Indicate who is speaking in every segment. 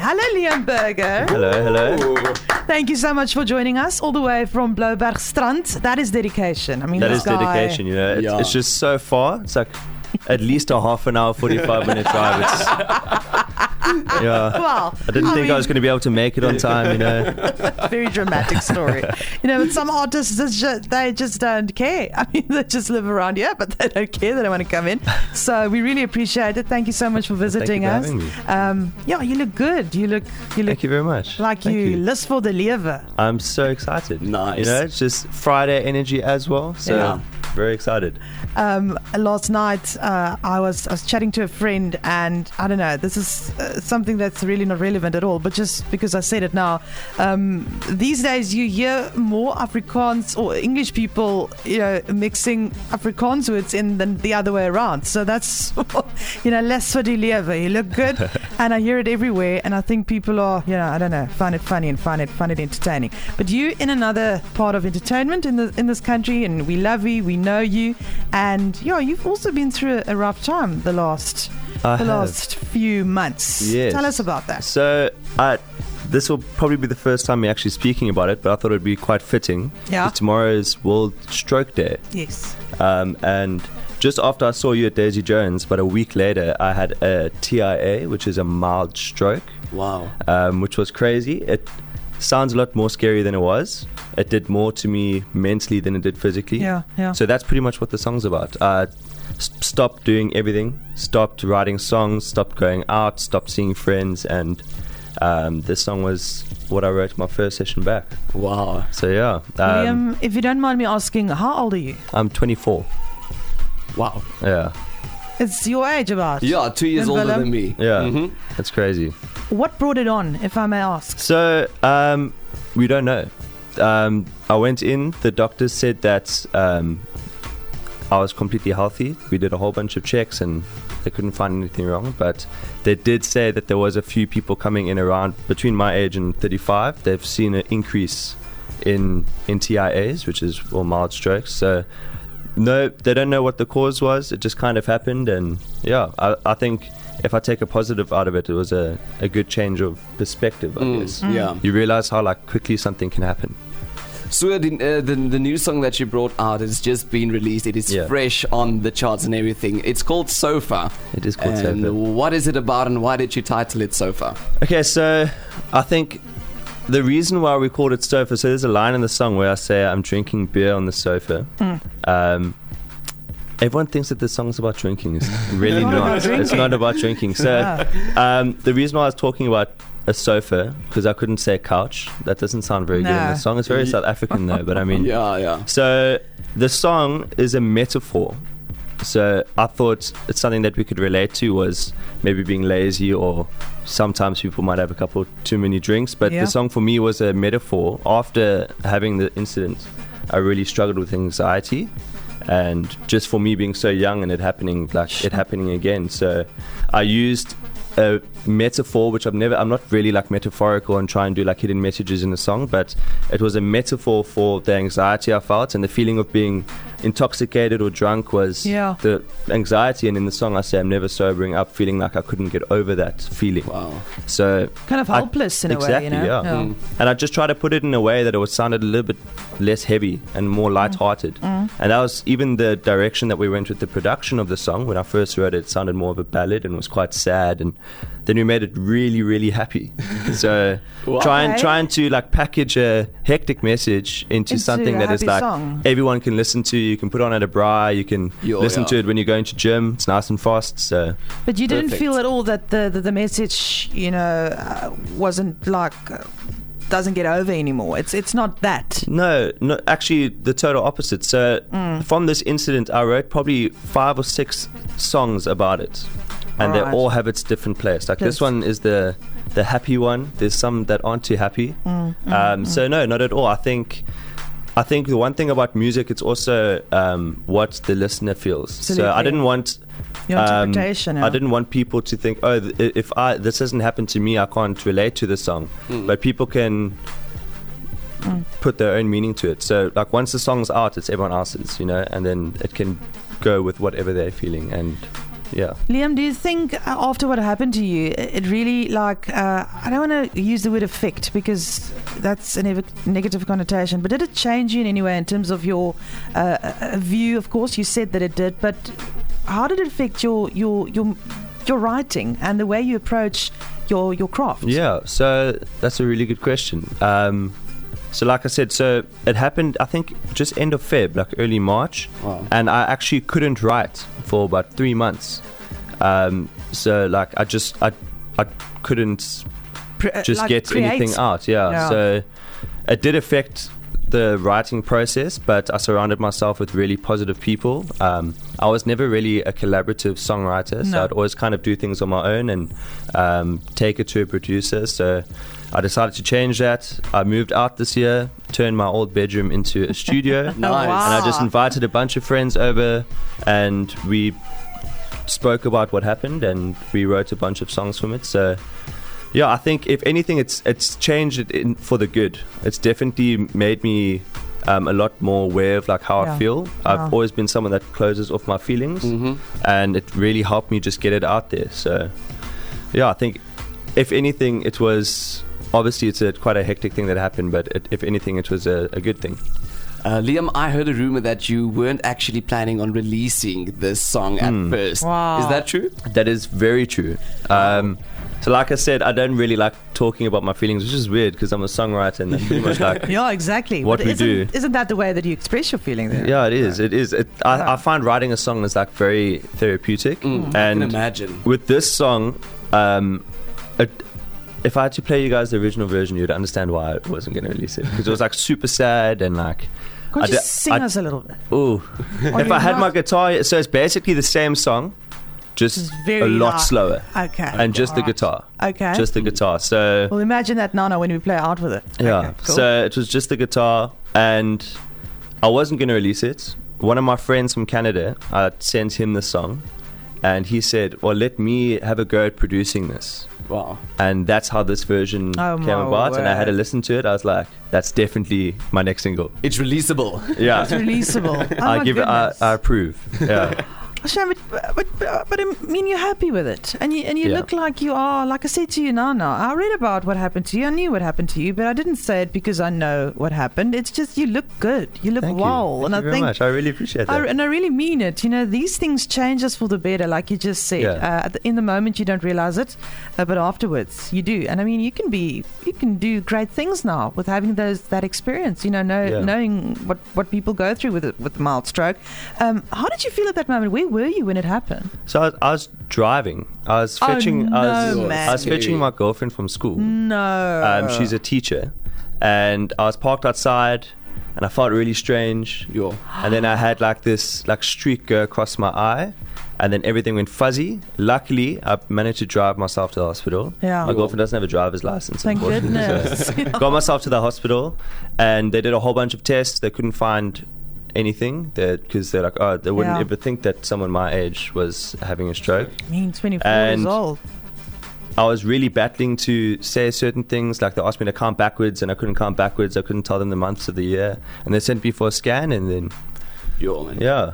Speaker 1: Hello, Liam Berger.
Speaker 2: Hello, hello.
Speaker 1: Thank you so much for joining us all the way from Blaubergstrand. That is dedication. I mean,
Speaker 2: That
Speaker 1: this
Speaker 2: is
Speaker 1: guy-
Speaker 2: dedication, you know. It's,
Speaker 3: Yeah.
Speaker 2: it's just so far. It's like at least a half an hour, 45 minute drive. It's, yeah.
Speaker 1: Well,
Speaker 2: I didn't think I was going to be able to make it on time, you know.
Speaker 1: very dramatic story. you know, but some artists it's just, they just don't care. I mean, they just live around here, but they don't care. They don't want to come in. So we really appreciate it. Thank you so much for visiting
Speaker 2: for
Speaker 1: us.
Speaker 2: having me.
Speaker 1: Um, yeah, you look good. You look you look
Speaker 2: Thank you very much.
Speaker 1: like
Speaker 2: Thank
Speaker 1: you, list for the lever.
Speaker 2: I'm so excited.
Speaker 3: Nice.
Speaker 2: You know, it's just Friday energy as well. So
Speaker 3: Yeah.
Speaker 2: very excited.
Speaker 1: um, last night uh, I was I was chatting to a friend and I don't know this is uh, something that's really not relevant at all but just because I said it now um, these days you hear more Afrikaans or English people you know mixing Afrikaans words in than the other way around so that's you know less for deliver you look good and I hear it everywhere and I think people are you know I don't know find it funny and find it find it entertaining but you in another part of entertainment in the in this country and we love you we know you and yeah, you've also been through a, a rough time the last the
Speaker 2: I have.
Speaker 1: last few months.
Speaker 2: Yes.
Speaker 1: Tell us about that.
Speaker 2: So I, this will probably be the first time we're actually speaking about it, but I thought it'd be quite fitting.
Speaker 1: Yeah.
Speaker 2: 'Cause Tomorrow is World Stroke Day.
Speaker 1: Yes.
Speaker 2: Um, and just after I saw you at Daisy Jones, but a week later, I had a TIA, which is a mild stroke,
Speaker 3: Wow.
Speaker 2: um, which was crazy. It sounds a lot more scary than it was. It did more to me mentally than it did physically.
Speaker 1: Yeah, yeah.
Speaker 2: So that's pretty much what the song's about. Uh, s- stopped doing everything, stopped writing songs, stopped going out, stopped seeing friends, and um, this song was what I wrote my first session back.
Speaker 3: Wow.
Speaker 2: So yeah, um,
Speaker 1: Liam, if you don't mind me asking, how old are you?
Speaker 2: I'm 24.
Speaker 3: Wow.
Speaker 2: Yeah,
Speaker 1: It's your age about.
Speaker 3: Yeah, two years
Speaker 1: And
Speaker 3: older
Speaker 1: Willem?
Speaker 3: than me.
Speaker 2: yeah, that's crazy.
Speaker 1: What brought it on, if I may ask?
Speaker 2: So um, we don't know. Um, I went in. The doctors said that um, I was completely healthy. We did a whole bunch of checks and they couldn't find anything wrong. But they did say that there was a few people coming in around between my age and 35. They've seen an increase in in TIAs, which is or mild strokes. So no, they don't know what the cause was. It just kind of happened, and yeah, I, I think. If I take a positive out of it, it was a, a good change of perspective, I guess.
Speaker 3: yeah.
Speaker 2: You realize how like quickly something can happen.
Speaker 3: So uh, the, uh, the the new song that you brought out has just been released. It is
Speaker 2: Yeah.
Speaker 3: fresh on the charts and everything. It's called Sofa.
Speaker 2: It is called
Speaker 3: and
Speaker 2: Sofa.
Speaker 3: What is it about, and why did you title it Sofa?
Speaker 2: Okay, so I think the reason why we called it sofa. So there's a line in the song where I say I'm drinking beer on the sofa.
Speaker 1: Hmm.
Speaker 2: Um, everyone thinks that this song's about drinking. It's really
Speaker 1: not
Speaker 2: not.
Speaker 1: about
Speaker 2: It's
Speaker 1: drinking.
Speaker 2: not about drinking. So
Speaker 1: Ah,
Speaker 2: um, the reason why I was talking about a sofa because I couldn't say couch. That doesn't sound very good in
Speaker 1: No.
Speaker 2: the song. It's very
Speaker 3: Ye-
Speaker 2: South African though. But I mean,
Speaker 3: Yeah, yeah.
Speaker 2: So the song is a metaphor. So I thought it's something that we could relate to was maybe being lazy or sometimes people might have a couple too many drinks. But
Speaker 1: Yeah.
Speaker 2: the song for me was a metaphor. After having the incident, I really struggled with anxiety. And just for me being so young and it happening like it happening again. So I used a metaphor which I've never I'm not really like metaphorical and try and do like hidden messages in a song but it was a metaphor for the anxiety I felt and the feeling of being intoxicated or drunk was
Speaker 1: Yeah.
Speaker 2: the anxiety and in the song I say I'm never sobering up feeling like I couldn't get over that feeling
Speaker 3: Wow.
Speaker 2: so
Speaker 1: Kind of
Speaker 2: I-
Speaker 1: helpless in
Speaker 2: exactly,
Speaker 1: a way, you know?
Speaker 2: yeah. Mm. and I just tried to put it in a way that it was sounded a little bit less heavy and
Speaker 1: Mm.
Speaker 2: more light-hearted. And that was even the direction that we went with the production of the song. When I first wrote it, it sounded more of a ballad and was quite sad. And then we made it really, really happy. so trying
Speaker 1: Okay.
Speaker 2: trying to like package a hectic message into,
Speaker 1: Into
Speaker 2: something
Speaker 1: a
Speaker 2: that is
Speaker 1: happy
Speaker 2: like
Speaker 1: song.
Speaker 2: everyone can listen to. You can put on at a bra. You can
Speaker 3: Yeah,
Speaker 2: listen
Speaker 3: yeah.
Speaker 2: to it when you're going to gym. It's nice and fast. So
Speaker 1: But you didn't
Speaker 3: Perfect.
Speaker 1: feel at all that the, the, the message, you know, uh, wasn't like, uh, doesn't get over anymore. It's, it's not that.
Speaker 2: No, no, actually, the total opposite. So, from this incident, I wrote probably five or six songs about it, and
Speaker 1: Alright.
Speaker 2: they all have its different place. Like
Speaker 1: Place.
Speaker 2: this one is the the happy one. There's some that aren't too happy. um, so no, not at all. I think. I think the one thing about music, it's also um, what the listener feels. So I
Speaker 1: Absolutely.
Speaker 2: didn't want
Speaker 1: Your
Speaker 2: um,
Speaker 1: interpretation.
Speaker 2: I
Speaker 1: yeah.
Speaker 2: didn't want people to think, oh, th- i- if I this hasn't happened to me, I can't relate to this song. But people can
Speaker 1: Hmm.
Speaker 2: put their own meaning to it. So, like, once the song's out, it's everyone else's, you know, and then it can go with whatever they're feeling. And Yeah.
Speaker 1: Liam, do you think uh, after what happened to you, i- it really like uh, I don't want to use the word affect because that's a nev- negative connotation, but did it change you in any way in terms of your uh, uh, view? Of course, you said that it did, but how did it affect your your your your writing and the way you approach your your craft?
Speaker 2: Yeah, so that's a really good question. Um, so, like I said, so it happened, I think, just end of Feb, like early March,
Speaker 3: Wow.
Speaker 2: and I actually couldn't write for about three months. Um, so, like, I just I I couldn't
Speaker 1: Pre- uh,
Speaker 2: just
Speaker 1: like
Speaker 2: get
Speaker 1: create.
Speaker 2: anything out. Yeah.
Speaker 1: Yeah.
Speaker 2: So it did affect the writing process, but I surrounded myself with really positive people. Um, I was never really a collaborative songwriter, so
Speaker 1: No.
Speaker 2: I'd always kind of do things on my own and um, take it to a producer. So I decided to change that. I moved out this year, turned my old bedroom into a studio.
Speaker 1: Oh,
Speaker 3: Nice.
Speaker 1: wow.
Speaker 2: And I just invited a bunch of friends over, and we spoke about what happened, and we wrote a bunch of songs from it. So, yeah, I think if anything, it's it's changed it in, for the good. It's definitely made me um, a lot more aware of like how
Speaker 1: Yeah.
Speaker 2: I feel.
Speaker 1: Wow.
Speaker 2: I've always been someone that closes off my feelings,
Speaker 3: Mhm.
Speaker 2: and it really helped me just get it out there. So, yeah, I think if anything, it was. Obviously, it's a quite a hectic thing that happened, but it, if anything, it was a, a good thing.
Speaker 3: Uh, Liam, I heard a rumor that you weren't actually planning on releasing this song at
Speaker 2: Mm.
Speaker 3: first.
Speaker 1: Wow.
Speaker 3: Is that true?
Speaker 2: That is very true. Um, so, like I said, I don't really like talking about my feelings, which is weird because I'm a songwriter and I'm pretty much like,
Speaker 1: Yeah, exactly.
Speaker 2: What
Speaker 1: But
Speaker 2: we
Speaker 1: isn't,
Speaker 2: do.
Speaker 1: Isn't that the way that you express your feeling? There?
Speaker 2: yeah, it is. It is. It, I, I find writing a song is like very therapeutic.
Speaker 1: Mm.
Speaker 3: Mm. I can
Speaker 2: and
Speaker 3: imagine.
Speaker 2: with this song, um, it, if I had to play you guys the original version, you'd understand why I wasn't going to release it because it was like super sad and like.
Speaker 1: Could
Speaker 2: I
Speaker 1: you
Speaker 2: di-
Speaker 1: sing
Speaker 2: I-
Speaker 1: us a little bit?
Speaker 2: Ooh.
Speaker 1: Or
Speaker 2: if
Speaker 1: you
Speaker 2: I had my
Speaker 1: not?
Speaker 2: guitar, so it's basically the same song, just
Speaker 1: Just very
Speaker 2: a lot
Speaker 1: loud.
Speaker 2: slower.
Speaker 1: Okay.
Speaker 2: And just the
Speaker 1: Alright.
Speaker 2: guitar.
Speaker 1: Okay.
Speaker 2: Just the guitar. So.
Speaker 1: Well, imagine that Nana when we play out with it.
Speaker 2: Yeah.
Speaker 1: Okay, cool.
Speaker 2: So it was just the guitar, and I wasn't going to release it. One of my friends from Canada, I sent him the song, and he said, "Well, let me have a go at producing this."
Speaker 3: Wow.
Speaker 2: And that's how this version
Speaker 1: Oh,
Speaker 2: came
Speaker 1: my
Speaker 2: about. And I had a
Speaker 1: word.
Speaker 2: listen to it. I was like, "That's definitely my next single."
Speaker 3: It's releasable.
Speaker 2: Yeah.
Speaker 1: it's releasable. Oh
Speaker 2: I
Speaker 1: my
Speaker 2: give
Speaker 1: goodness.
Speaker 2: it. I, I approve. Yeah.
Speaker 1: Shame, but, but, but, but I mean, you're happy with it. And you, and you
Speaker 2: Yeah.
Speaker 1: look like you are. Like I said to you, Nana, I read about what happened to you. I knew what happened to you, but I didn't say it because I know what happened. It's just you look good. You look
Speaker 2: Thank
Speaker 1: well.
Speaker 2: you.
Speaker 1: And
Speaker 2: Thank
Speaker 1: I
Speaker 2: you very
Speaker 1: think.
Speaker 2: much. I really appreciate
Speaker 1: I,
Speaker 2: that.
Speaker 1: and I really mean it. You know, these things change us for the better, like you just said.
Speaker 2: Yeah.
Speaker 1: Uh, at the, in the moment, you don't realize it, uh, but afterwards, you do. And I mean, you can be, you can do great things now with having those that experience. You know, know
Speaker 2: Yeah.
Speaker 1: knowing what what people go through with it, with the mild stroke. Um, how did you feel at that moment? Where were you when it happened?
Speaker 2: so I was, I was driving. I was
Speaker 1: Oh,
Speaker 2: fetching. I was,
Speaker 1: no, Mm.
Speaker 2: I was
Speaker 3: man.
Speaker 2: fetching my girlfriend from school.
Speaker 1: No.
Speaker 2: Um, she's a teacher, and I was parked outside, and I felt really strange.
Speaker 3: Yo.
Speaker 2: And then I had like this like streak go across my eye, and then everything went fuzzy. Luckily, I managed to drive myself to the hospital.
Speaker 1: Yeah.
Speaker 2: My girlfriend doesn't have a driver's license.
Speaker 1: Thank
Speaker 2: unfortunately, so-
Speaker 1: goodness.
Speaker 2: Got myself to the hospital, and they did a whole bunch of tests. They couldn't find anything because they're like, oh, they wouldn't
Speaker 1: Yeah.
Speaker 2: ever think that someone my age was having a stroke.
Speaker 1: I mean, 24 years
Speaker 2: And-
Speaker 1: old.
Speaker 2: I was really battling to say certain things. Like they asked me to count backwards, and I couldn't count backwards. I couldn't tell them the months of the year, and they sent me for a scan, and then
Speaker 3: Yo, man.
Speaker 2: yeah,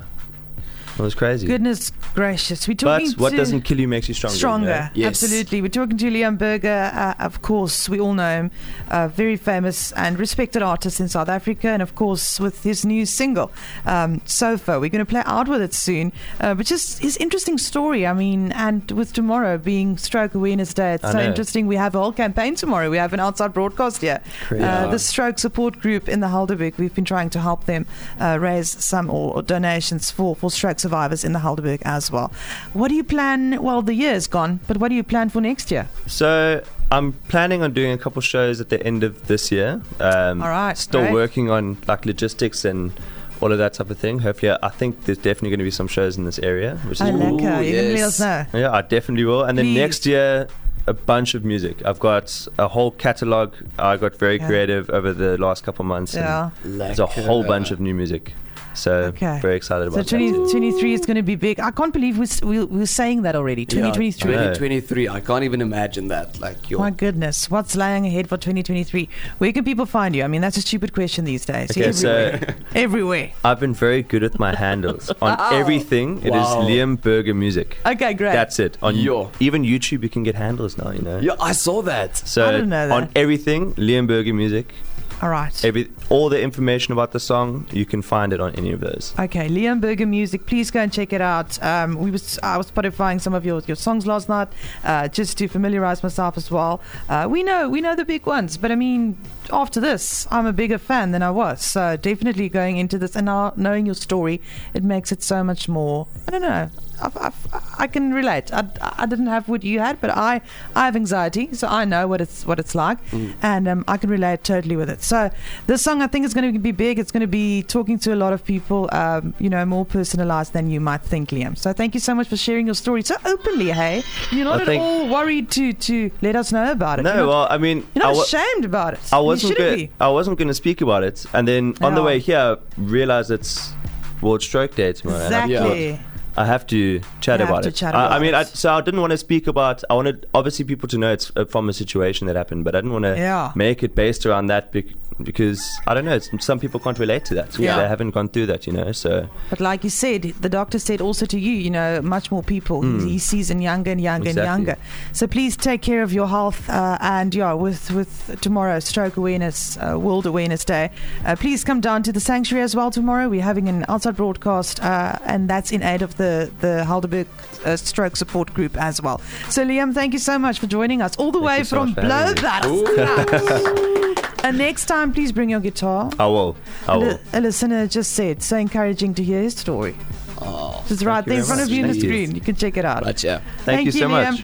Speaker 2: it was crazy.
Speaker 1: Goodness gracious. We're
Speaker 2: but
Speaker 1: talking
Speaker 2: what
Speaker 1: to-
Speaker 2: doesn't kill you makes you stronger. you know?
Speaker 3: Yes.
Speaker 1: absolutely. We're talking to Liam Berger, uh, of course, we all know him, uh, very famous and respected artist in South Africa, and of course, with his new single, um, Sofa. We're going to play out with it soon, uh, but just his interesting story. I mean, and with tomorrow being Stroke Awareness Day, it's
Speaker 2: I
Speaker 1: so
Speaker 2: know.
Speaker 1: interesting. We have a whole campaign tomorrow, we have an outside broadcast here. Uh,
Speaker 3: Yeah.
Speaker 1: the stroke support group in the Helderberg, we've been trying to help them uh, raise some or, or donations for, for stroke survivors in the Helderberg as well. What do you plan? Well, the year is gone, but what do you plan for next year?
Speaker 2: So I'm planning on doing a couple shows at the end of this year. Um,
Speaker 1: All right,
Speaker 2: Still
Speaker 1: great.
Speaker 2: working on like logistics and all of that type of thing. Hopefully, I think there's definitely going to be some shows in this area, which is
Speaker 1: I
Speaker 3: Ooh,
Speaker 1: like her. You can let
Speaker 3: yes.
Speaker 1: us know.
Speaker 2: Yeah, I definitely will. And then
Speaker 1: Please.
Speaker 2: next year, a bunch of music. I've got a whole catalog. I got very
Speaker 1: Yeah.
Speaker 2: creative over the last couple months. and
Speaker 1: Yeah.
Speaker 2: There's a whole bunch of new music. So
Speaker 1: Okay.
Speaker 2: very excited
Speaker 1: So
Speaker 2: about that.
Speaker 1: 2023 is going to be big. I can't believe we're, s- we're, we're saying that already. 2023.
Speaker 2: I know.
Speaker 3: 2023. I can't even imagine that. Like your
Speaker 1: My goodness, what's lying ahead for 2023? Where can people find you? I mean, that's a stupid question these days.
Speaker 2: Okay, so
Speaker 1: everywhere.
Speaker 2: I've been very good with my handles on everything. It is
Speaker 3: Wow.
Speaker 2: Liam Berger music.
Speaker 1: Okay, great.
Speaker 2: That's it. On
Speaker 3: Yo.
Speaker 2: even YouTube, you can get handles now. You know.
Speaker 3: Yeah, I saw that.
Speaker 2: So
Speaker 1: I didn't know
Speaker 2: on
Speaker 1: that.
Speaker 2: everything, Liam Berger music.
Speaker 1: All right.
Speaker 2: Every all the information about the song, you can find it on any of those.
Speaker 1: Okay, Liam Berger Music. Please go and check it out. Um, we was I was Spotifying some of your, your songs last night, uh, just to familiarize myself as well. Uh, we know we know the big ones, but I mean, after this, I'm a bigger fan than I was. So definitely going into this and now knowing your story, it makes it so much more. I don't know. I've, I've, I can relate. I, I didn't have what you had, but I, I have anxiety, so I know what it's what it's like,
Speaker 2: Mm.
Speaker 1: and um, I can relate totally with it. So this song, I think, is going to be big. It's going to be talking to a lot of people, um, you know, more personalized than you might think, Liam. So thank you so much for sharing your story so openly. Hey, you're not
Speaker 2: I
Speaker 1: at
Speaker 2: think-
Speaker 1: all worried to to let us know about it.
Speaker 2: No,
Speaker 1: you're not,
Speaker 2: well, I mean,
Speaker 1: you're
Speaker 2: I
Speaker 1: not
Speaker 2: wa-
Speaker 1: ashamed about it.
Speaker 2: I wasn't
Speaker 1: you shouldn't
Speaker 2: going.
Speaker 1: be.
Speaker 2: I wasn't going to speak about it, and then on the
Speaker 1: No.
Speaker 2: way here, realized it's World Stroke Day tomorrow. and I-
Speaker 1: Exactly.
Speaker 2: I have to chat
Speaker 1: You have
Speaker 2: about
Speaker 1: to
Speaker 2: it.
Speaker 1: chat
Speaker 2: I, I
Speaker 1: about
Speaker 2: mean,
Speaker 1: it.
Speaker 2: I, so I didn't want to speak about. I wanted obviously people to know it's uh, from a situation that happened, but I didn't want to
Speaker 1: Yeah.
Speaker 2: make it based around that bec- because I don't know. It's, some people can't relate to that. Yeah,
Speaker 3: Yeah.
Speaker 2: they haven't gone through that, you know. So
Speaker 1: But like you said, the doctor said also to you, you know, much more people he, he sees and younger and younger
Speaker 2: Hmm. Exactly.
Speaker 1: and younger. So please take care of your health uh, and yeah, with with tomorrow Stroke Awareness uh, World Awareness Day, uh, please come down to the sanctuary as well tomorrow. We're having an outside broadcast uh, and that's in aid of the the Heidelberg uh, Stroke Support Group as well. So Liam, thank you so much for joining us all the
Speaker 2: Thank
Speaker 1: way
Speaker 2: you so
Speaker 1: from
Speaker 2: much for having me.
Speaker 1: Bloedberg. and next time, please bring your guitar.
Speaker 2: I will. I
Speaker 1: A
Speaker 2: will.
Speaker 1: li- a listener just said, so encouraging to hear his story.
Speaker 3: Oh,
Speaker 1: It's right
Speaker 2: you
Speaker 1: there in
Speaker 2: very
Speaker 1: front of
Speaker 2: much.
Speaker 1: you on the
Speaker 2: Thank you.
Speaker 1: screen. You can check it out.
Speaker 3: but yeah.
Speaker 2: Thank, you so
Speaker 1: Liam.
Speaker 2: much.